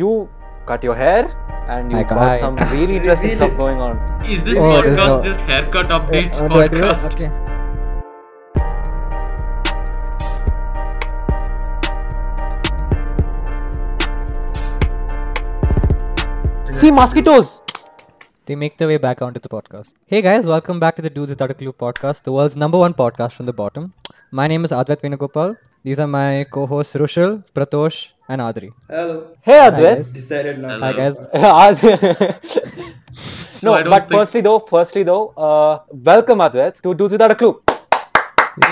you cut your hair and you I ca- got I- some really interesting Reveal stuff it. going on. Is this Oh, it is podcast not- just haircut updates Uh, do I do it? podcast? Okay. See mosquitoes. They make their way back onto the podcast. Hey guys, welcome back to the Dudes Without a Clue podcast, the world's number one podcast from the bottom. My name is Advait Venugopal. These are my co-hosts Rushil, Pratosh, and Adri. Hello. Hey Advait. Decided not. Hello. Hi guys. Ad- So no, I don't but think firstly though, firstly though, uh, welcome Advait to Dudes Without a Clue. Th-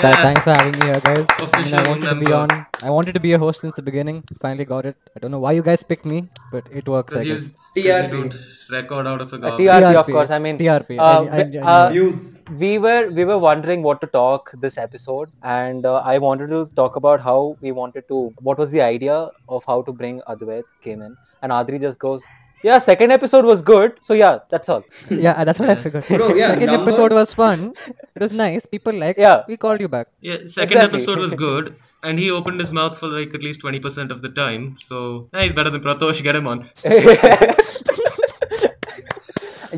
Yeah. Thanks for having me here, guys. I, mean, I Official wanted to be on. member. I wanted to be a host since the beginning. Finally got it. I don't know why you guys picked me, but it works. I because you, guess. 'cause you TRP. don't record out of a Uh, garbage. TRP of course. I mean, TRP. uh, I- I- we- I- uh, Views. we were we were wondering what to talk this episode and uh, i wanted to talk about how we wanted to what was the idea of how to bring advait came in and adri just goes yeah second episode was good so yeah that's all yeah, uh, that's what I figured. Bro, yeah, Second number- episode was fun. It was nice. People liked. Yeah. We called you back. Yeah, second Exactly. episode was good, and he opened his mouth for like at least twenty percent of the time. So yeah, he's better than Pratosh. Get him on. Uh,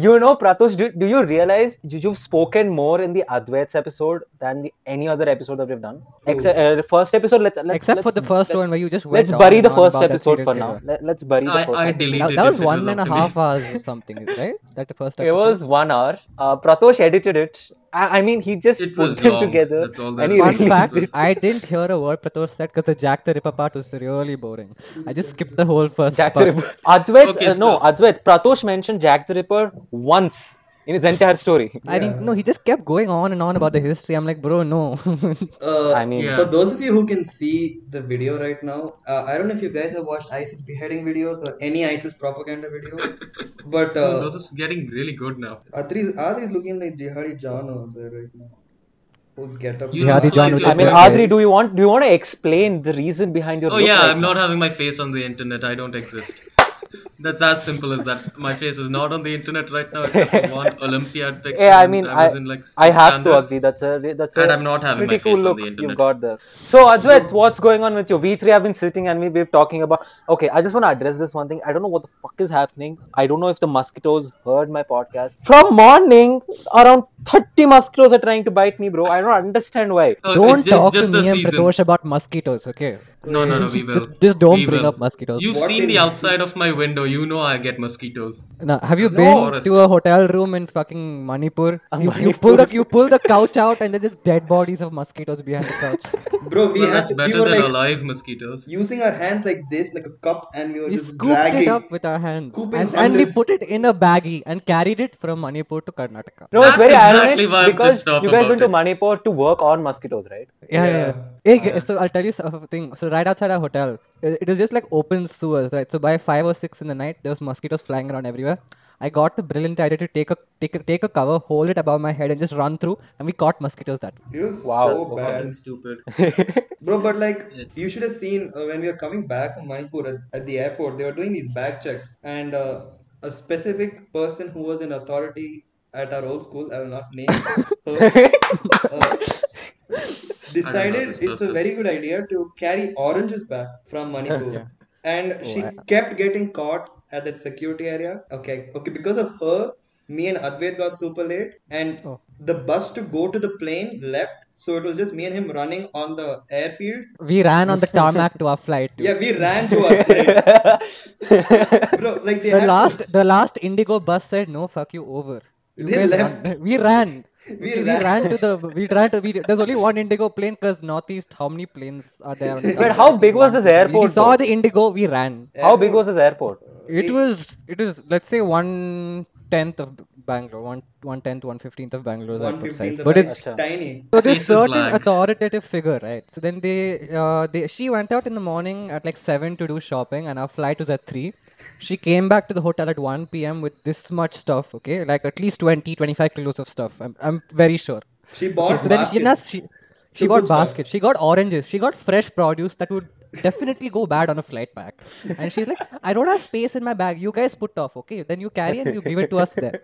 you know pratosh do, do you realize you, you've spoken more in the advait's episode than the, any other episode that we've done except uh, first episode let's, let's Except for let's- the first let- one where you just went let's on bury and the on first about that episode serial for killer. now Let, let's bury the I, first I episode. deleted. That, it that was if it one and a up to me. half hours or something, right? That the first It episode. was one hour. Uh, Pratosh edited it. I, I mean, he just It put was them long. together. That's all and there he is. Fun released fact, it. I didn't hear a word Pratosh said because the Jack the Ripper part was really boring. I just skipped the whole first Jack the part. Ripper. Advait, Okay, uh, no, so- Advait. Pratosh mentioned Jack the Ripper once in his entire story. I think no, he just kept going on and on about the history. I'm like, bro, no. Oh, Uh, I mean- Yeah. for those of you who can see the video right now, uh, I don't know if you guys have watched ISIS beheading videos or any ISIS propaganda video, but Dude, uh, Oh, Those is getting really good now. Adri Adri's looking like Jihadi John over there right now. Who get up? You Jihadi look John like with a I mean, Advait bad- Adri, do you want do you want to explain the reason behind your? Oh look yeah, right I'm not having my face on the internet. I don't exist. That's as simple as that. My face is not on the internet right now, except for one Olympiad now? picture. Yeah, I when mean, I I, was in like I sixth have to standard. agree. That's a re- that's And a I'm not having my pretty cool face on look the you've internet. got there. So Advait, what's going on with you? We three have been sitting and we we're talking about. Okay, I just want to address this one thing. I don't know what the fuck is happening. I don't know if the mosquitoes heard my podcast from morning. Around thirty mosquitoes are trying to bite me, bro. I don't understand why. Oh, don't it's, it's talk just to the me and season. Pratosh about mosquitoes, okay? No, no, no. We will. Just, just don't We bring will. up mosquitoes. You've What seen in- the outside of my window. You know I get mosquitoes. Now, have you No. been Forest. to a hotel room in fucking Manipur? You, you pull the you pull the couch out and there's just dead bodies of mosquitoes behind the couch. Bro, we Well, had that's to, we better were than like alive mosquitoes. using our hands like this, like a cup, and we were We just scooped dragging. it up with our hands scooping and, and we hundreds. put it in a baggie and carried it from Manipur to Karnataka. No, it's That's very exactly why I'm ironic because pissed off you guys about went to it. Manipur to work on mosquitoes, right? Yeah, yeah. Yeah. yeah. Hey, g- so I'll tell you something. So right outside our hotel, it, it was just like open sewers, right? So by five or six in the night, there was mosquitoes flying around everywhere. I got the brilliant idea to take a take a, take a cover, hold it above my head, and just run through. And we caught mosquitoes that. way. It was Wow. so That's bad. Fucking stupid. Bro, but like Yeah. you should have seen uh, when we were coming back from Manipur at, at the airport, they were doing these bag checks, and uh, a specific person who was in authority at our old school, I will not name, her, uh, decided this it's a person. very good idea to carry oranges back from Manipur, and she Oh, I- kept getting caught at that security area. Okay, okay, because of her, me and Advait got super late, and Oh. the bus to go to the plane left, so it was just me and him running on the airfield. We ran on the tarmac to our flight. dude. Yeah, we ran to our friend. Bro, like they The had- last the last Indigo bus said no, fuck you over. You They guys left. run." We ran. We Okay, ran. to the we ran to we, there's only one indigo plane because northeast how many planes are there on the But tarmac? how big was One, this two, three. airport, we saw though? the indigo we ran How big was this airport? it was it is let's say one tenth of bangalore one one tenth one fifteenth of bangalore is one airport size fifteenth of but that. it's Acha. tiny. so this Faces certain lags. authoritative figure right so then they uh they she went out in the morning at like 7 to do shopping and our flight was at 3 she came back to the hotel at 1 p.m with this much stuff okay like at least 20 25 kilos of stuff i'm, I'm very sure She bought Okay, so then she, baskets. nas- she, she She got puts that. baskets. She got oranges. She got fresh produce that would definitely go bad on a flight back. And she's like, I don't have space in my bag. You guys put off, okay? Then you carry and you give it to us there.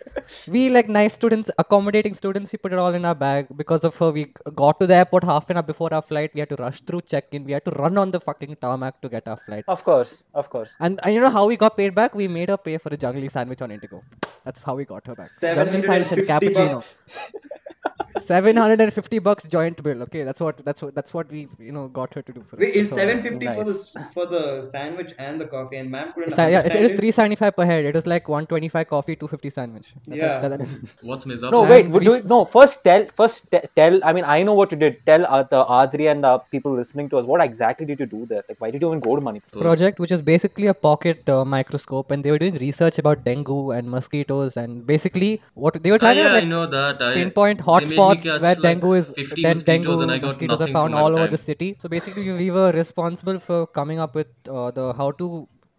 We like nice students, accommodating students. We put it all in our bag because of her. We g- got to the airport half an hour before our flight. We had to rush through check-in. We had to run on the fucking tarmac to get our flight. Of course, of course. And, and you know how we got paid back? We made her pay for a jungly sandwich on Indigo. That's how we got her back. Jungly sandwich and 750 cappuccino. bucks. 750 bucks joint bill. Okay, that's what that's what that's what we you know got her to do for Wait, us. it's So- 750 for the nice. for the sandwich and the coffee, and ma'am couldn't It's, uh, yeah, it, understand it is 375 per head. It was like 125 coffee, 250 sandwich. That's Yeah. It. That- that- What's made up? No, And wait. would we- Do it, no, first tell. First te- tell. I mean, I know what you did. Tell uh, the Adri and the people listening to us. What exactly did you do there? Like, why did you even go to Manipur? Oh. project, which is basically a pocket uh, microscope, and they were doing research about dengue and mosquitoes, and basically what they were Ah, trying yeah, to I like, know that. I, pinpoint they made me hotspots catch, where like, dengue is 50 den- mosquitoes dengue and I got mosquitoes are nothing found from all that over time. the city. So basically, we were responsible for coming up with uh, the how to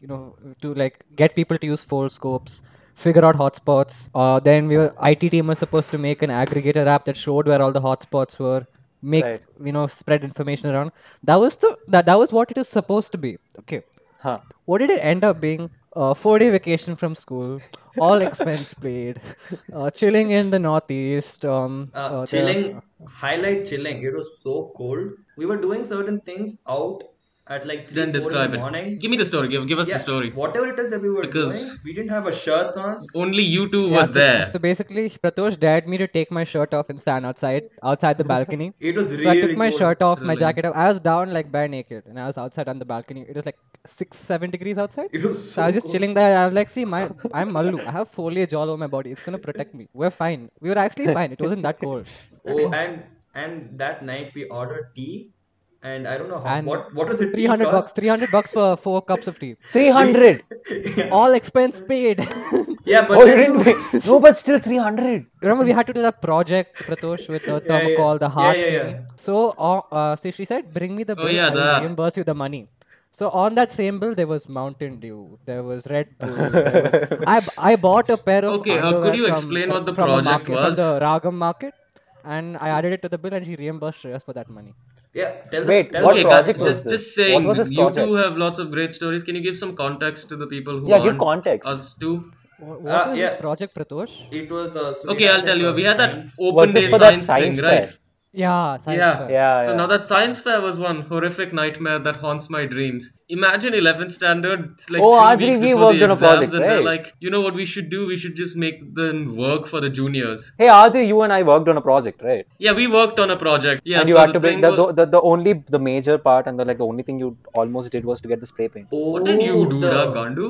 you know to like get people to use fold scopes. Figure out hotspots. Uh, then we were IT team was supposed to make an aggregator app that showed where all the hotspots were. Make Right. you know spread information around. That was the that, that was what it is supposed to be. Okay Huh. what did it end up being? A four day vacation from school, all expense paid, uh, chilling in the northeast. Um, Uh, uh, the- chilling, highlight chilling. It was so cold. We were doing certain things out at like 3 4 Then in describe the it. morning. Give me the story. Give give us the Yeah, story. Whatever it is that we were Because- doing, we didn't have our shirts on. Only you two yeah, were so, there. so basically, Pratosh dared me to take my shirt off and stand outside, outside the balcony. It was really so I took my cold. shirt off, my Thrilling. jacket off. I was down like bare naked, and I was outside on the balcony. It was like six, seven degrees outside. It was so So I was just cold. chilling there. I was like, see, my I'm Mallu. I have foliage all over my body. It's gonna protect me. We're fine. We were actually fine. It wasn't that cold. Oh, and and that night we ordered tea, and I don't know how, And what what was it? Three hundred bucks. Three hundred bucks for four cups of tea. Three hundred. yeah. all expense paid. yeah, but Oh, you then- didn't. pay- No, but still three hundred. Remember, we had to do that project, Pratosh, with the Yeah, yeah. thermocol, the Yeah, heart yeah, yeah. thingy. So, uh, uh, so she said, "Bring me the Oh, bill. yeah, I will that. reimburse you the money." So on that same bill, there was Mountain Dew, there was Red Bull. there was- I b- I bought a pair of Okay, uh, could underwear you from- explain from- what the from a project market, was? From the Ragam market, and I added it to the bill, and she reimbursed us for that money. yeah. Tell Wait, the, tell what okay, the guys, project was just this? just What saying, was this you two project? have lots of great stories. Can you give some context to the people who Yeah, give aren't context. us too? What, what was Uh, was this this yeah. project, Pratosh? It was uh, so we Okay, had I'll that, tell you. uh, We had that science- Was open this day for that science, science thing, fair? right? Yeah, science Yeah. fair. Yeah, So yeah. now that science fair was one horrific nightmare that haunts my dreams. Imagine 11th standard, it's like Oh, three Adri, weeks we before worked the on a exams, project, and we're right? like, you know what we should do? We should just make them work for the juniors. Hey, Adri, you and I worked on a project, right? Yeah, we worked on a project. Yeah, and so you had the to bring thing the, was- the, the the only the major part and the like the only thing you almost did was to get the spray paint. Oh, What did you do, the, da Gandu?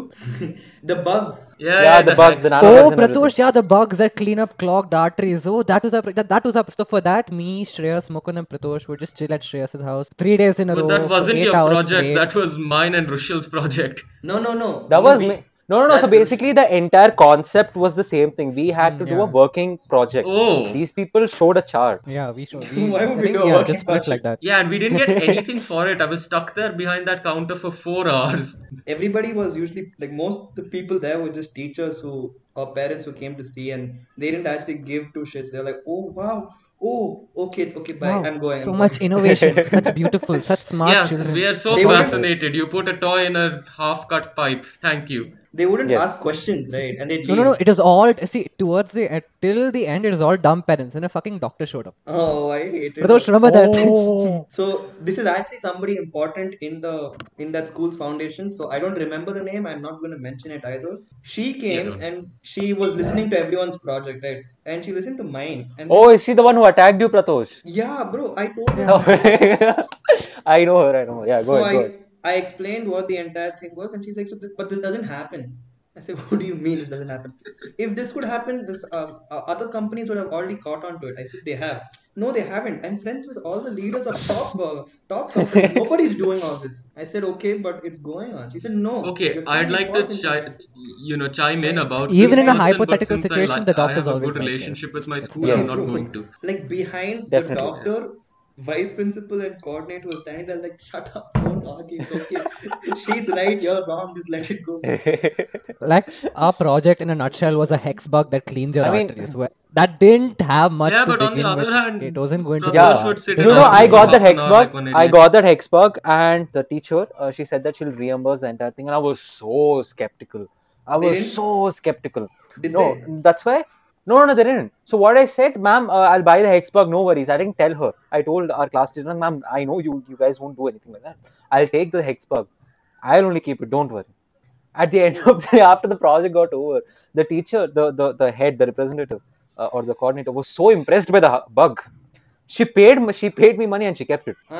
the bugs. Yeah, Yeah, yeah, the bugs, hacks. the nano- Oh, Otherwise, another Pratosh, yeah, the bugs that clean up clogged arteries. Oh, that was our that, that was our so for that me, Shreyas, Mukund, and Pratosh would just chill at Shreyas's house three days in a row. But that for wasn't eight your hours project. straight. That was mine and Rushal's project. No, no, no. That no, was we- ma- no no no. So that's- basically, the entire concept was the same thing. We had to do a yeah. working project. Oh. These people showed a chart. Yeah, we showed. Why would I we think, do a yeah, working just split like project? that. Yeah, and we didn't get anything for it. I was stuck there behind that counter for four hours. everybody was usually like most the people there were just teachers who or parents who came to see and they didn't actually give two shits. They were like, oh wow, oh okay, okay, bye, Wow, I'm going. so I'm much going." innovation, such beautiful, such smart yeah, children. we are so They were- fascinated. You put a toy in a half cut pipe. Thank you. They wouldn't Yes. ask questions, right? And they No, no, no. It is all see towards the end, till the end. It is all dumb parents, and a fucking doctor showed up. Oh, I hate it. Pratosh, remember that? Oh. So this is actually somebody important in the in that school's foundation. So I don't remember the name. I'm not going to mention it either. She came don't. and she was listening to everyone's project, right? And she listened to mine. And oh, is she the one who attacked you, Pratosh? Oh, yeah, bro, I told her. I know her. I know. Her. Yeah, go so ahead. Go I, ahead. I explained what the entire thing was, and she's like, so this, but this doesn't happen. I said, what do you mean this doesn't happen? If this could happen, this uh, uh, other companies would have already caught on to it. I said, they have. No, they haven't. I'm friends with all the leaders of top uh, top companies. Nobody's doing all this. I said, okay, but it's going on. She said, no. Okay, your I'd family like to falls into chi- this." you know chime in about Even this in a person, but hypothetical since I situation, li- the doctor's I have a always good like relationship this. with my school. Yes. I'm not going to. Like behind Definitely. the doctor, vice principal and coordinator were standing there like, shut up, don't argue, it's okay. She's right, you're wrong, just let it go. like our project in a nutshell was a hex bug that cleans your I mean- arteries. Where that didn't have much. Yeah, to but on the begin other with. hand, it wasn't going to. Prabhu Yeah. should sit You in you know, office I for got that half an hex hour bug. like one I idiot. got that hex bug, and the teacher, uh, she said that she'll reimburse the entire thing, and I was so skeptical. I They was didn't? so skeptical. Did No, they? that's why. No, no, no, they didn't. So what I said, ma'am, uh, I'll buy the hex bug. No worries. I didn't tell her. I told our class teacher, ma'am, I know you, you guys won't do anything like that. I'll take the hex bug. I'll only keep it. Don't worry. At the end of the day, after the project got over, the teacher, the the, the head, the representative, uh, or the coordinator was so impressed by the hu- bug. She paid m- she paid me money and she kept it. Ah,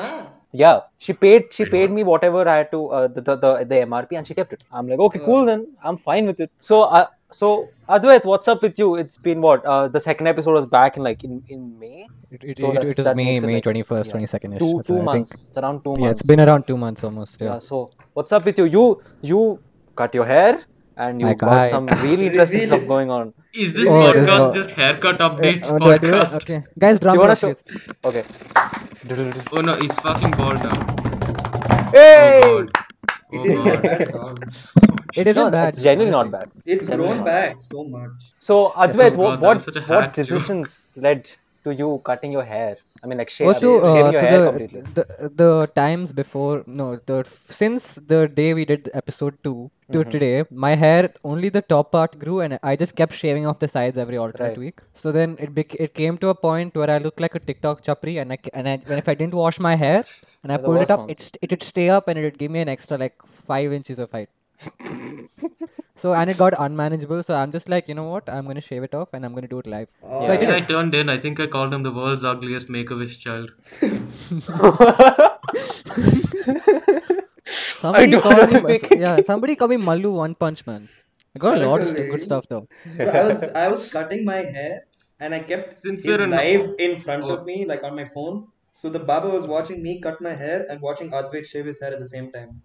Yeah, she paid she Wait, paid what? me whatever I had to uh, the, the the the MRP and she kept it. I'm like, okay, Uh. cool then. I'm fine with it. So uh, so Advait, what's up with you? It's been what? Uh, the second episode was back in like in, in May, It, it, So it, that's- it was that May, makes it May like- twenty first, yeah. twenty second. two two months. It's around two Yeah, months. it's been around two months almost. Yeah. yeah. So what's up with you? You you cut your hair and you I got cut. some really interesting Really? stuff going on. Is this Oh, this is podcast all- just haircut updates Uh, do I do it? podcast? Okay, guys, drum You wanna roll, show? please. Okay. Oh no, he's fucking bald now. Hey! Oh god. it Oh isn't god. that bad. It isn't No, it's- bad. it's genuinely not honestly. bad. It's Tell me grown about back so much. So Advait, Oh, what God, that was what, such a what hack joke. decisions led to you cutting your hair? I mean, like shave, Was to, shaving uh, your so hair the, completely. the the times before no the since the day we did episode two to Mhm. today my hair only the top part grew and I just kept shaving off the sides every alternate Right. week so then it bec- it came to a point where I looked like a TikTok chapri and I ca- and I and if I didn't wash my hair and I They're the pulled it worst up ones. it st- it'd stay up and it'd give me an extra like five inches of height so and it got unmanageable so I'm just like you know what I'm gonna shave it off and I'm gonna do it live Oh, I When did I turned in, I think I called him the world's ugliest make-a-wish child. Somebody don't called me, know if I Mas- yeah, somebody called me Malu One Punch Man. I got a lot of st- good Really? stuff though. I was I was cutting my hair and I kept Since his we're in- live in front Oh. of me, like on my phone. So the barber was watching me cut my hair and watching Advait shave his hair at the same time.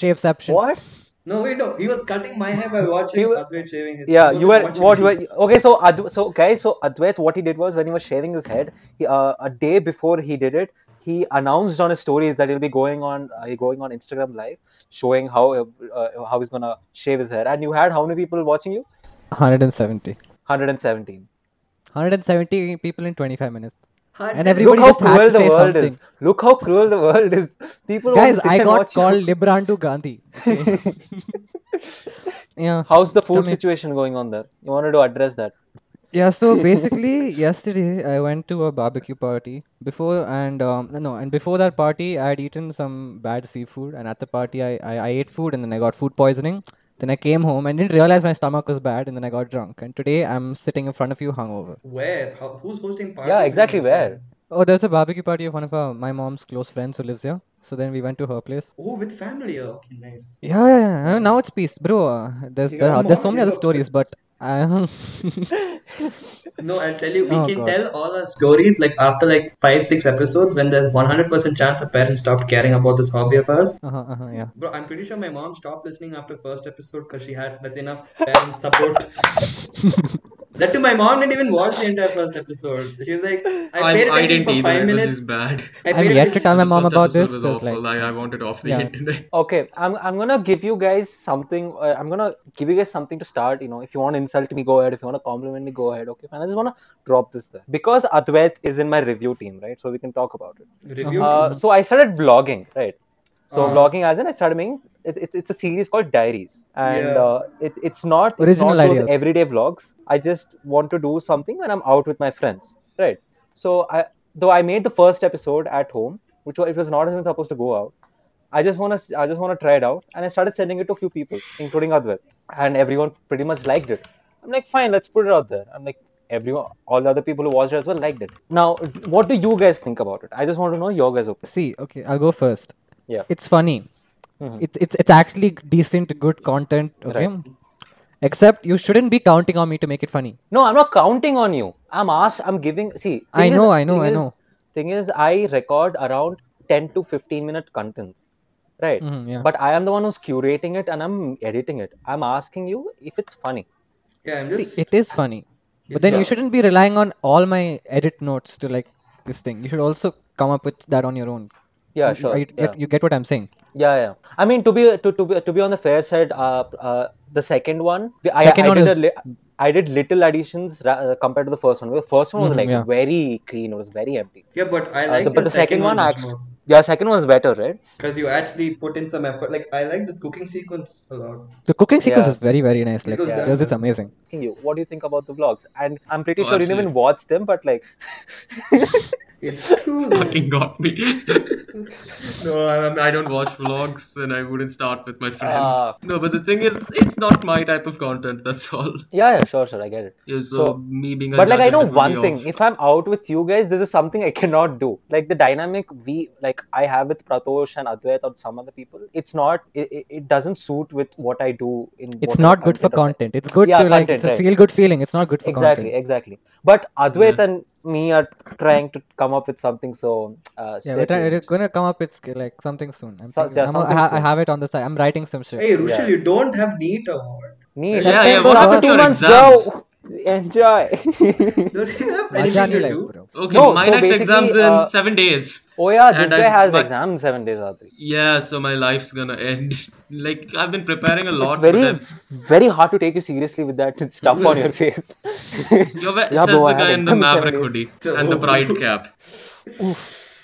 Shaveception. what? No, wait, no. He was cutting my hair by watching You- Advait shaving his Yeah, hair. He you were wasn't watching what you me. were okay. So Adv- so guys, so Advait, what he did was when he was shaving his head, he, uh, a day before he did it, he announced on his stories that he'll be going on uh, going on Instagram live, showing how uh, uh, how he's gonna shave his hair. And you had how many people watching you? 170. 117. 170 people in 25 minutes. Hard- And everybody Look how just had cruel to the say world something. is. Look how cruel the world is. People want Guys, to sit I and got watch you. called Librantu Gandhi. okay? yeah. How's the food Come here. situation going on there? You wanted to address that. Yeah, so basically yesterday I went to a barbecue party before and um, no and before that party I had eaten some bad seafood and at the party I, I, I ate food and then I got food poisoning. Then I came home and didn't realize my stomach was bad and then I got drunk and today I'm sitting in front of you hungover. Where? How, who's hosting parties? Yeah, in exactly this where? town? Oh, there's a barbecue party of one of our, my mom's close friends who lives here. So then we went to her place. Oh, with family. Oh, okay, nice. Yeah, yeah, yeah. uh, Now it's peace, bro. Uh, There's You there, got are- a there's so mom, many you other got- stories, but uh, uh-huh, I, No, I'll tell you, we Oh, can God. tell all our stories like after like five, six episodes when there's 100% chance our parents stopped caring about this hobby of ours. uh-huh, uh-huh, yeah. Bro, I'm pretty sure my mom stopped listening after first episode because she had that's enough parent support. that too, my mom didn't even watch the entire first episode. She was like, I paid I, I attention didn't for either. five It was minutes. just bad. I I'm paid yet to attention. tell my The mom first about episode this. was There's awful. like, I, I want it off the Yeah. internet. Okay, I'm, I'm gonna give you guys something. Uh, I'm gonna give you guys something to start. You know, if you want to insult me, go ahead. If you want to compliment me, go ahead. Okay, fine. I just wanna drop this there because Advait is in my review team, right? So we can talk about it. Review. Uh-huh. Uh, so I started blogging, right? So Uh-huh. blogging, as in I started making it, it, it's a series called Diaries, and Yeah. uh, it, it's not it's Original not those ideas. everyday vlogs. I just want to do something when I'm out with my friends, right? So I though I made the first episode at home, which was, it was not even supposed to go out. I just wanna I just wanna try it out, and I started sending it to a few people, including Advait, and everyone pretty much liked it. I'm like, fine, let's put it out there. I'm like, everyone, all the other people who watched it as well liked it. Now, what do you guys think about it? I just want to know your guys' opinion. see, okay, I'll go first. Yeah. It's funny. Mhm. It's it's it's actually decent, good content. Okay. Except you shouldn't be counting on me to make it funny. No, I'm not counting on you. I'm asked. I'm giving. See, I thing is- know, I know, thing I is- know. Thing is, I record around 10 to 15 minute contents, right? Mhm, yeah. But I am the one who's curating it and I'm editing it. I'm asking you if it's funny. yeah, I'm See, just. it is funny, but It's then you not- shouldn't be relying on all my edit notes to like this thing. You should also come up with that on your own. yeah, You- sure. You, yeah. get, you get what I'm saying? yeah, yeah. I mean, to be to, to be to be on the fair side, uh, uh, the second one, the- I, Second I one did is- a li- I did little additions ra- uh, compared to the first one. The first one was Mhm, like yeah. very clean. It was very empty. Yeah, but I Uh, like the- but the second one much actu- more. Yeah, second one was better, right? Because you actually put in some effort. Like I like the cooking sequence a lot. The cooking sequence Yeah. is very, very nice. Like, was Yeah. this is damn amazing. Asking you, what do you think about the vlogs? And I'm pretty Oh, sure you didn't even watch them, but like, It's true. though. Fucking got me. no, I, I don't watch vlogs, and I wouldn't start with my friends. Ah. No, but the thing is, it's not my type of content. That's all. yeah, yeah, sure, sure, I get it. Yeah, so, So- me being a but like judge i know would be one thing off. if i'm out with you guys this is something i cannot do like the dynamic we like i have with pratosh and advait or some other people it's not it, it- it doesn't suit with what i do in It's what not good for or like- content. It's good Yeah, to like, content, it's a right. feel good feeling. It's not good for exactly content. exactly but advait Yeah. and me are trying to come up with something so uh Yeah, stay we're, trying, we're tuned. gonna come up with sk- like something soon. I'm So- thinking- yeah, I'm- something I, ha- I soon. have it on the side. I'm writing some shit. Hey, Rushil, Yeah. you don't have neat award. me Yeah, yeah, September what after happened to two your months exams? go enjoy Don't you have anything Rajani to like, do? bro. Okay, No, my so next basically, exam's in uh, seven days. oh yeah this And guy I- has but- exam seven days after Yeah, so my life's gonna end. like I've been preparing a lot. it's but very I've- very hard to take you seriously with that stuff on your face You're ve- Yeah, says bro, I the had guy in the exams in Maverick seven hoodie days. and the oh, pride cap.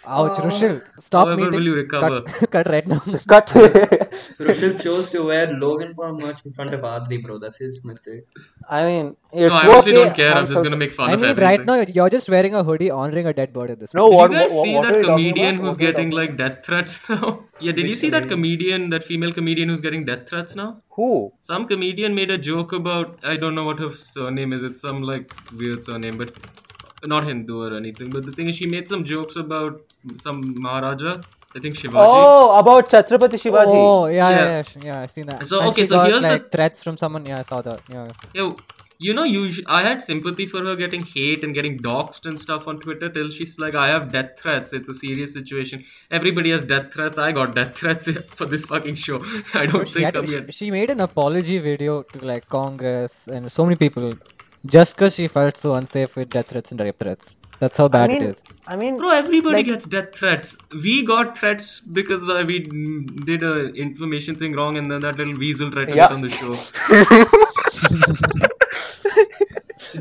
Ouch, Rushil, stop Uh, However me. will you recover? Cut, cut right now. cut Rushil chose to wear Logan Paul merch in front of Adri, bro. That's his mistake. I mean, it's no, I honestly okay. don't care. I'm, just so- gonna make fun I of mean, everything. right now you're just wearing a hoodie, honoring a dead body. At this No, point. Did what, you guys what, see what are that you talking comedian about? who's What are you getting talking like death threats now? yeah, did you see that comedian, that female comedian who's getting death threats now? about? Who? Some comedian made a joke about I don't know what her surname is. It's some like weird surname, but not Hindu or anything. But the thing is, she made some jokes about some Maharaja. I think Shivaji. Oh, about Chhatrapati Shivaji. Oh, yeah, yeah, Yeah. yeah, sh- yeah, I've seen that. So, And okay, she so got, here's the- like, threats from someone. Yeah, I saw that. Yeah. Yeah, you know, usu I had sympathy for her getting hate and getting doxxed and stuff on Twitter till she's like, I have death threats. It's a serious situation. Everybody has death threats. I got death threats for this fucking show. I don't She, think had, I'm she, yet. she made an apology video to like Congress and so many people, just because she felt so unsafe with death threats and rape threats. That's how I bad mean, it is. I mean, Bro, everybody Like- gets death threats. We got threats because uh, we mm, did a information thing wrong and then that little weasel tried to Yeah. get on the show.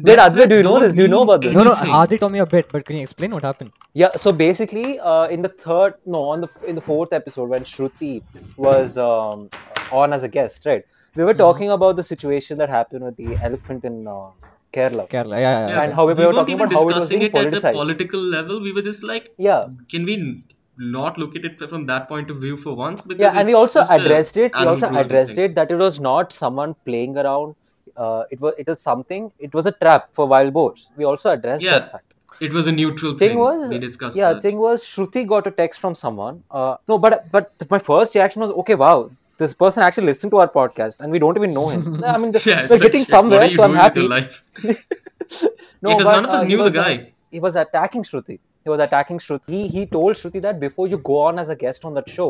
did Advait, do you know don't this? Do you know mean about this? No, no, Anything. Adi told me a bit, but can you explain what happened? Yeah. So basically, uh, in the third, no, on the in the fourth episode when Shruti was um, on as a guest, right? We were talking about the situation that happened with the elephant in uh, Kerala. Kerala, yeah, yeah. Yeah, yeah. And how we we were weren't talking even about how it was discussing being it at a politicized. political level. We were just like, Yeah. can we n- not look at it from that point of view for once? Because yeah and we it's also just a addressed it we animal also cruelty addressed thing. it that it was not someone playing around uh, it was it is something it was a trap for wild boars we also addressed Yeah, that fact It was a neutral thing. thing was we discussed yeah that. thing was shruti got a text from someone uh, no but but my first reaction was okay wow this person actually listened to our podcast and we don't even know him i mean the, yeah, it's we're like, getting shit, somewhere what are you so i'm doing with happy your life? no, Yeah, 'cause but, none of us uh, he knew the was, uh, guy. he was attacking Shruti. He was attacking Shruti. He, he told Shruti that before you go on as a guest on that show,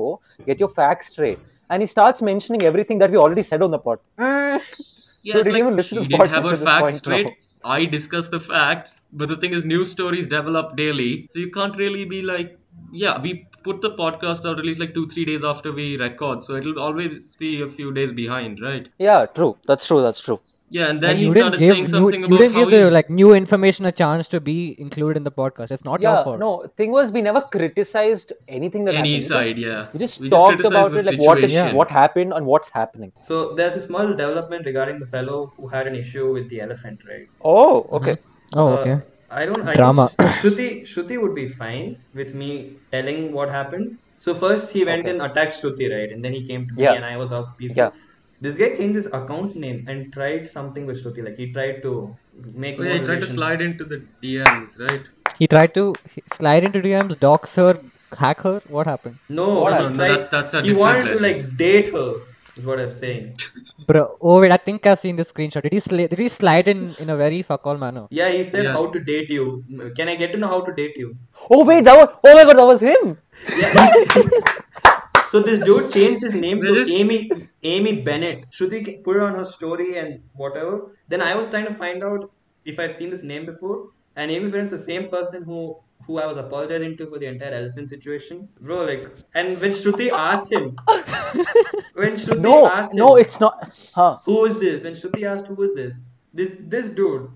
get your facts straight. And he starts mentioning everything that we already said on the pod. Yeah, Bro, it's did you even like listen she to didn't podcasts have her at this facts point, no? straight. I discuss the facts, but the thing is, news stories develop daily, so you can't really be like, yeah, we put the podcast out at least like two, three days after we record, so it'll always be a few days behind, right? Yeah, true. That's true. That's true. Yeah, and then Like, he you didn't started give saying new, something you about didn't how give he's the like new information a chance to be included in the podcast. It's not your Yeah, fault. no, thing was we never criticized anything that any happened. We side, just, yeah. we just We talked criticise about the it, like what is situation. what happened and what's happening. So there's a small development regarding the fellow who had an issue with the elephant, right? Oh, okay. Oh, Uh, okay. I don't. I Drama. Think Sh- Shruti, Shruti would be fine with me telling what happened. So first he went Okay. and attacked Shruti, right? And then he came to Yeah. me, and I was out peaceful. Yeah. This guy changed his account name and tried something with Shruti. Like he tried to make. Oh, yeah, more he tried to relations. slide into the DMs, right? He tried to slide into DMs, dox her, hack her. What happened? No, What he happened? Oh, No, tried- that's- that's a he different wanted to legend. like date her. Is what I'm saying. Bro, oh wait, I think I've seen the screenshot. Did he sli- did he slide in in a very fuck all manner? Yeah, he said how Yes. to date you. Can I get to know how to date you? Oh wait, that was oh my god, that was him. Yeah. so this dude changed his name They to just- Amy Amy Bennett. Shruti ca- put it on her story and whatever. Then I was trying to find out if I've seen this name before. And Amy Bennett's the same person who who I was apologizing to for the entire elephant situation. Bro, like, and when Shruti asked him, when Shruti No, asked him, no, it's not. Huh. who is this? When Shruti asked, who is this? This this dude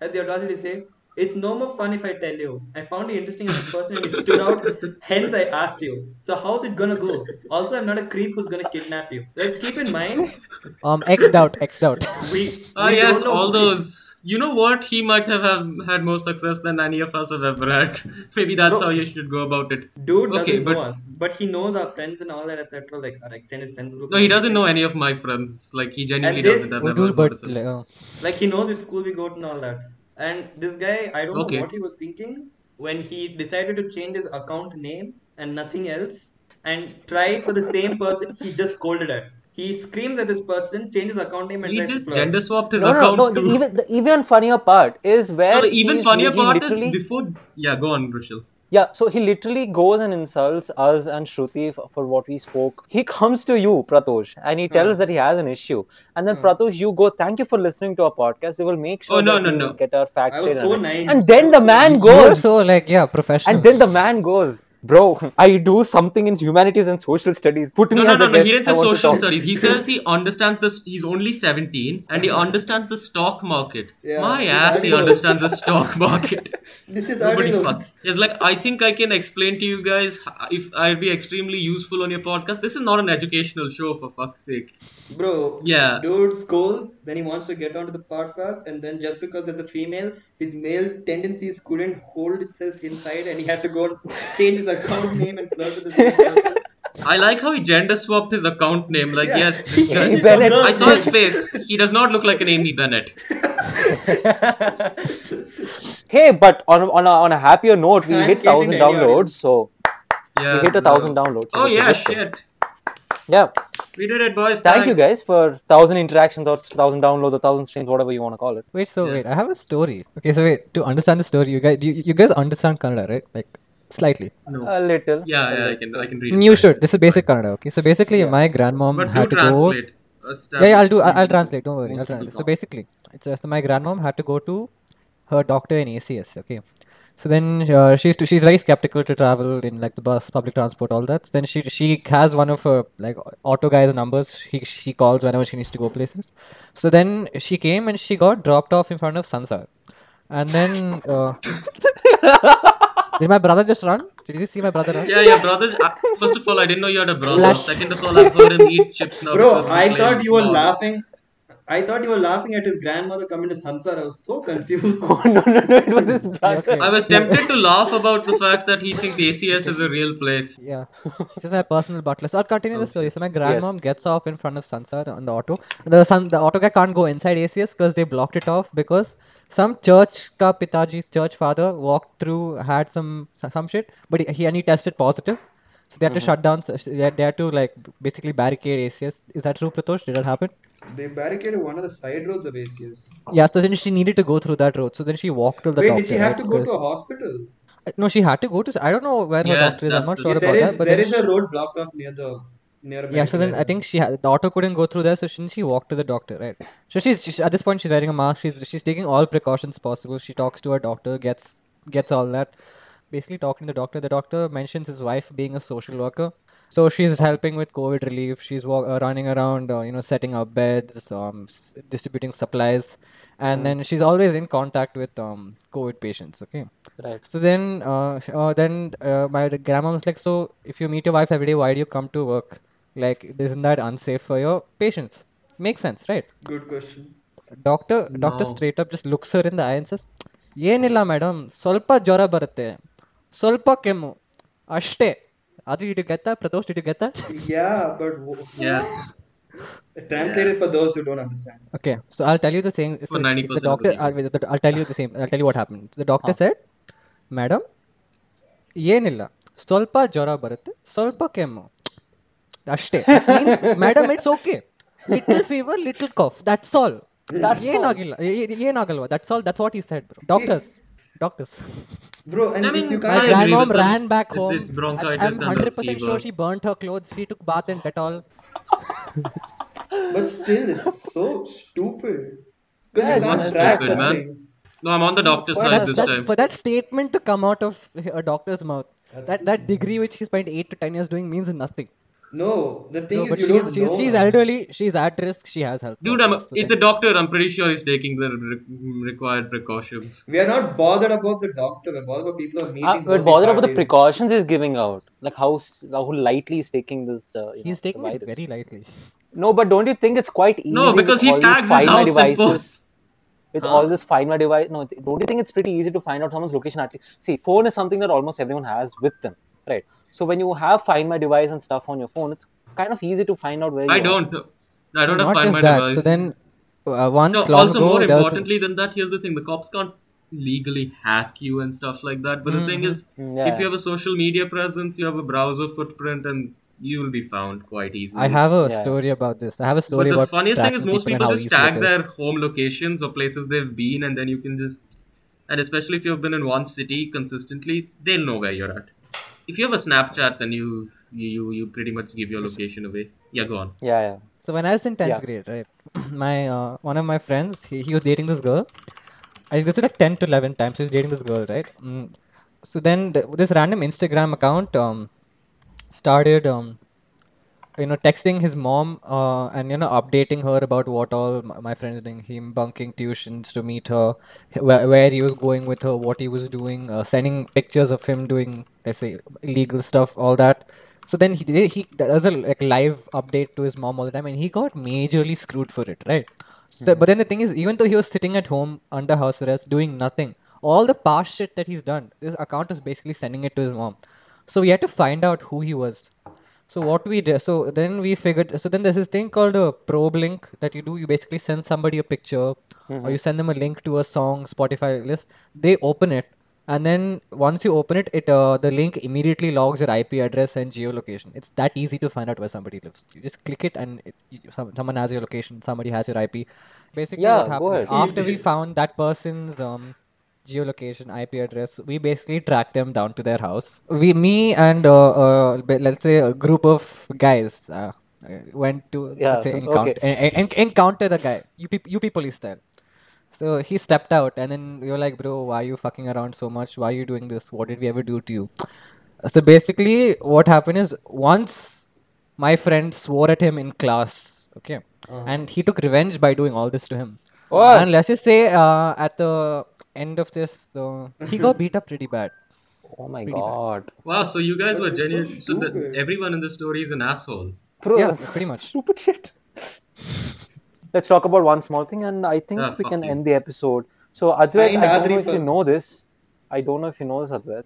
had the audacity to say, it's no more fun if I tell you. I found you interesting as a person and it stood out, hence I asked you. So how's it gonna go? Also, I'm not a creep who's gonna kidnap you. Let's keep in mind, Um, X doubt, X doubt. we. Ah, we yes, don't know all who- those. You know what? He might have, have had more success than any of us have ever had. Maybe that's how you should go about it. Dude doesn't Okay, know but- us, but he knows our friends and all that, etc. Like our extended friends group. No, he doesn't know any of my friends. Like, he genuinely And this- doesn't. I've Oh, never dude, heard of but him. like, oh. Like he knows which school we go to and all that. And this guy, I don't Okay. know what he was thinking when he decided to change his account name and nothing else, and try for the same person he just scolded at. He screams at this person, changes account name, and He tries to just flirt. gender swapped his No, no, account. no. The to- even, the even funnier part is where No, the even he's- funnier he part literally- is before. Yeah, go on, Rushil. Yeah, so he literally goes and insults us and Shruti for, for what we spoke. He comes to you, Pratosh, and he Hmm. tells that he has an issue. And then, Hmm. Pratosh, you go, thank you for listening to our podcast. We will make sure Oh, no, that no, we no. get our facts I straight. was so and- nice. And then the man You are goes, so like yeah, professional. and then the man goes, Bro, I do something in humanities and social studies. Put me No, no, as no, a no. He guest. didn't I say want to social talk." studies. He says he understands this. He's only 17 and he understands the stock market. Yeah, My he's ass, he Arduino. understands the stock market. This is Nobody Arduino. fucks. It's like I think I can explain to you guys h- if I'll be extremely useful on your podcast. This is not an educational show, for fuck's sake. Bro, Yeah. dude scolds, then he wants to get onto the podcast, and then just because there's a female, his male tendencies couldn't hold itself inside, and he had to go and change his account name and flirt with this person. I like how he gender swapped his account name. Like, Yeah. yes, this Amy guy. Bennett. I saw his face. He does not look like an Amy Bennett. Hey, but on, on, a, on a happier note, we I'm hit getting 1,000 any downloads. audience. So we Yeah. hit a bro. 1,000 downloads. so Oh, it's a yeah, good thing. shit. Yeah. We did it, boys. Thank you Thanks. guys for thousand interactions or thousand downloads or thousand streams, whatever you want to call it. Wait, so wait, I have a story. Okay, so wait, to understand the story, you guys, you, you guys understand Kannada, right? Like slightly. No. A little. Yeah, yeah, I can, I can read it. You should. This is basic Kannada. Okay, so basically, my grandmom But do had to go. translate. Yeah, yeah, I'll do. I'll, I'll translate. Don't worry. I'll translate. So basically, it's just my grandmom had to go to her doctor in ACS. Okay, so then uh, she's she's very skeptical to travel in like the bus, public transport, all that. So then she she has one of her like auto guy's numbers. She she calls whenever she needs to go places. So then she came and she got dropped off in front of Sansar, and then uh, did my brother just run? Did you see my brother run? Yeah, yeah, brother. I- First of all, I didn't know you had a brother. Second of all, I've heard him eat chips now. Bro, because he I claims thought you were not. laughing. I thought you were laughing at his grandmother coming to Sansar. I was so confused. Oh, no, no, no, it was his brother. Okay. I was tempted to laugh about the fact that he thinks ACS is a real place. Yeah, this is my personal butler. So I'll continue the story. So my grandmom gets off in front of Sansar on the auto. The sun, the auto guy can't go inside ACS because they blocked it off because some church ka pitaji's church father walked through had some some shit, but he, he and he tested positive. So they had to shut down. They had, they had to like basically barricade ACS. Is that true, Pratosh? Did that happen? They barricaded one of the side roads of ACS. Yeah. So then she needed to go through that road. So then she walked to the Wait, doctor. did she have right? to go to Because- Uh, a hospital? No, she had to go to. I don't know where her Yes, doctor is. I'm that's not the sure story. about There is that. But there then is a road blocked off near the near. a Yeah, so medical then I area. think she had, the auto couldn't go through there, so she, she walked to the doctor, right? So she's, she's at this point she's wearing a mask. She's she's taking all precautions possible. She talks to her doctor, gets gets all that. Basically, talking to the doctor. The doctor mentions his wife being a social worker, so she's helping with COVID relief. She's walk, uh, running around, uh, you know, setting up beds, um, s- distributing supplies, and then she's always in contact with um COVID patients. Okay. Right. So then, uh, sh- uh, then uh, my d- grandma was like, "So if you meet your wife every day, why do you come to work? Like, isn't that unsafe for your patients? Makes sense, right?" Good question. Doctor doctor No. Straight up just looks ಅವರಿಂದ ಆಯನ್ಸಸ್ ಏನಿಲ್ಲ madam ಸ್ವಲ್ಪ ಜ್ವರ ಬರುತ್ತೆ ಸ್ವಲ್ಪ ಕೆಮ್ಮು ಅಷ್ಟೇ ಅದು ಇಟ್ಟು ಗೆತ್ತ ಪ್ರದೋಷ್ ಇಟ್ಟು ಗೆತ್ತ Yeah, but w- Yes. translated for those who don't understand. Okay, so I'll tell you the same. For so 90% the of the doctor, people. I'll, the- I'll tell you the same. I'll tell you what happened. So the doctor said, "Madam, ಏನಿಲ್ಲ ಸ್ವಲ್ಪ ಜ್ವರ ಬರುತ್ತೆ ಸ್ವಲ್ಪ ಕೆಮ್ಮು ಅಷ್ಟೇ madam it's okay little fever little cough that's all ಏನಾಗಿಲ್ಲ ಏ- ಏ- ಏನಾಗಲ್ವಾ ದಟ್ಸ್ ಆಲ್ ದಟ್ಸ್ ವಾಟ್ ಈ side bro doctors doctors Bro, and I if mean, you My I can't. agree grandmom with them. ran back It's- home. it's bronchitis I'm and a 100% sure fever. she burnt her clothes. She took bath and Dettol. But still, it's so stupid. Because Yeah, you it's can't not track stupid, such man. things. No, I'm on the doctor's For side that, this that- time. for that statement to come out of a doctor's mouth, that, that degree which she spent 8 to 10 years doing means nothing. No, the thing No, is, but you she's, don't she's, know. she's elderly, she's at risk, she has health. Dude, I'm, problems, it's a okay? doctor. I'm pretty sure he's taking the re- required precautions. We are not bothered about the doctor. We're bothered about people who are meeting. Uh, both but bother about the parties. precautions he's giving out, like how s- how lightly he's taking this. Uh, you know, He's taking the it virus. very lightly. No, but don't you think it's quite easy? No, because with he all these tags his Find My house and Devices- posts. With Huh? all this Find My Device, no, th- don't you think it's pretty easy to find out someone's location? At least, see, phone is something that almost everyone has with them, right? So when you have Find My Device and stuff on your phone, it's kind of easy to find out where I you are. don't. I don't have Not find just my that. device. So then, uh, once no, long also ago, more there was- importantly than that, here's the thing: the cops can't legally hack you and stuff like that. But the thing is, Mm-hmm. Yeah. if you have a social media presence, you have a browser footprint, and you will be found quite easily. I have a Yeah. story about this. I have a But story the about funniest thing is, tracking most and people how just easy it tag is. their home locations or places they've been, and then you can just. And especially if you've been in one city consistently, they'll know where you're at. If you have a Snapchat, then you you you, you pretty much give your location away. Yeah, go on. Yeah, yeah. So when I was in 10th Yeah. grade, right, my uh, one of my friends, he, he was dating this girl. I think this is like 10 to 11 times he was dating this girl, right? Mm. So then th- this random Instagram account um, started, um, you know, texting his mom uh, and, you know, updating her about what all my, my friends doing, him bunking tuitions to meet her, h- where, where he was going with her, what he was doing, uh, sending pictures of him doing, let's say, illegal stuff, all that. So then he did- he does a like live update to his mom all the time, and he got majorly screwed for it, right? So, But then the thing is, even though he was sitting at home under house arrest doing nothing, all the past shit that he's done, this account is basically sending it to his mom. So we had to find out who he was. So what we did, so then we figured, so then there's this thing called a probe link that you do. You basically send somebody a picture, or Mm-hmm. you send them a link to a song Spotify list. They open it, and then once you open it, it uh, the link immediately logs your IP address and geolocation. It's that easy to find out where somebody lives. You just click it, and it's, you, some, someone has your location. Somebody has your IP. Basically, Yeah, what go happened is ahead. after we found that person's um, geolocation, IP address. We basically track them down to their house. We, me, and uh, uh, be- let's say a group of guys uh, uh, went to Yeah, let's say okay. encounter en- en- en- encounter the guy. UP, UP police style. So he stepped out, and then we were like, "Bro, why are you fucking around so much? Why are you doing this? What did we ever do to you?" So basically, what happened is once my friend swore at him in class, okay, and he took revenge by doing all this to him. What? And let's just say uh, at the end of this, the, he got beat up pretty bad. Oh my god. Wow, so you guys But were it's so genuine. So, that stupid. everyone in the story is an asshole. Bro, Yeah, that's pretty much. Stupid shit. Let's talk about one small thing, and I think Ah, we fuck can you. end the episode. So, Advait, Find I don't Adri know if you first. know this. I don't know if you know this, Advait.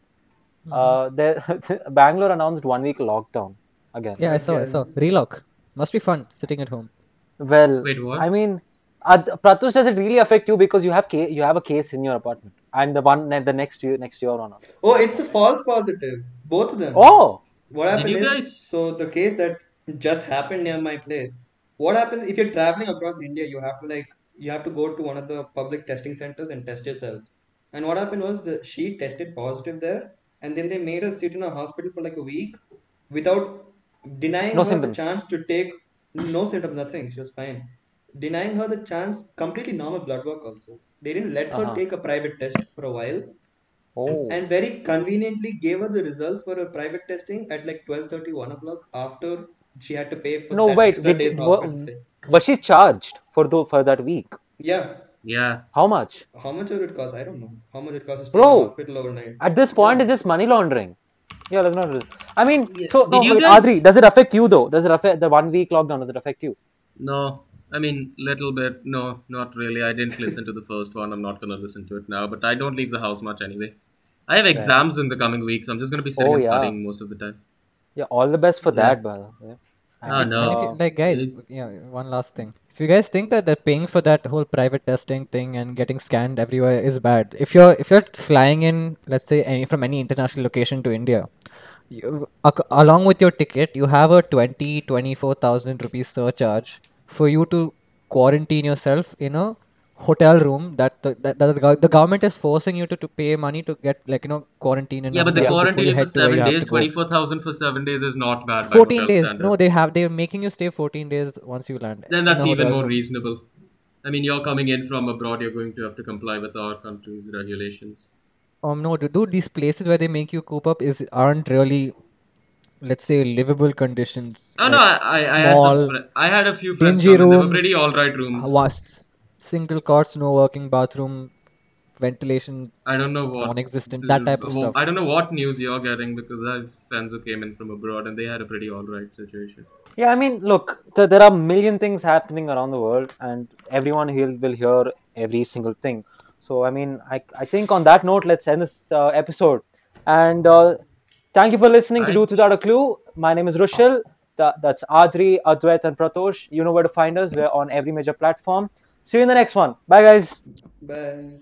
Mm-hmm. Uh, there, Bangalore announced one week lockdown again. Yeah, I saw, I saw. Relock. Must be fun sitting at home. Well, Wait, what? I mean, Ad, Pratush, does it really affect you because you have ca- you have a case in your apartment, and the one ne- the next year next year on. Mm-hmm. Oh, it's a false positive. Both of them. Oh, What happened you is, guys- so the case that just happened near my place. What happens if you're traveling across India? You have to like you have to go to one of the public testing centers and test yourself. And what happened was that she tested positive there, and then they made her sit in a hospital for like a week without denying No her symptoms. the chance to take no symptoms, nothing. She was fine, denying her the chance. Completely normal blood work also. They didn't let her Uh-huh. take a private test for a while, oh, and very conveniently gave her the results for her private testing at like 12:30, 1 o'clock after she had to pay for no, that wait, extra wait, day's wa- hospital stay. was she charged for the for that week? Yeah, Yeah. How much? how much would it cost? I don't know. How much it costs to stay in Bro. the hospital overnight? At this point, it's just money laundering. Yeah, let's not. I mean, so Did no, you wait, guys- Adri, does it affect you though? Does it affect the one week lockdown? Does it affect you? No. I mean, little bit. No, not really. I didn't listen to the first one. I'm not going to listen to it now. But I don't leave the house much anyway. I have exams in the coming weeks. I'm just going to be sitting Oh, and yeah. studying most of the time. Yeah, all the best for that, brother. Yeah. Ah, And, no. And if uh, you, like, guys, yeah, one last thing. If you guys think that they're paying for that whole private testing thing and getting scanned everywhere is bad, if you're if you're flying in, let's say, any from any international location to India, you, ac- along with your ticket, you have a 20, 24,000 rupees surcharge for you to quarantine yourself in a hotel room that the, that, that the, gov- the government is forcing you to, to pay money to get like you know quarantine in a Yeah, but the hotel before quarantine you is head to for where you seven have days. to go. 24,000 for seven days is not bad. by 14 hotel days. No, standards. they have they're making you stay 14 days once you land. Then in a that's even hotel more room. reasonable. I mean, you're coming in from abroad. You're going to have to comply with our country's regulations. Um, no, dude, dude, these places where they make you coop up is aren't really, let's say, livable conditions. Oh Like, no, I, I, I had some. small, fri- I had a few friends. dingy Come in. They were rooms. pretty all right rooms. uh, was single cots, no working bathroom, ventilation I don't know what. non-existent, that type of stuff. I don't know what news you're getting because I have friends who came in from abroad and they had a pretty all right situation. Yeah, I mean, look, th- there are million things happening around the world, and everyone here will hear every single thing. So, I mean, I, I think on that note, let's end this uh, episode. And uh, thank you for listening to Right. Dudes Without a Clue. My name is Rushil. Th- that's Adri, Advait, and Pratosh. You know where to find us. We're on every major platform. See you in the next one. Bye, guys. Bye.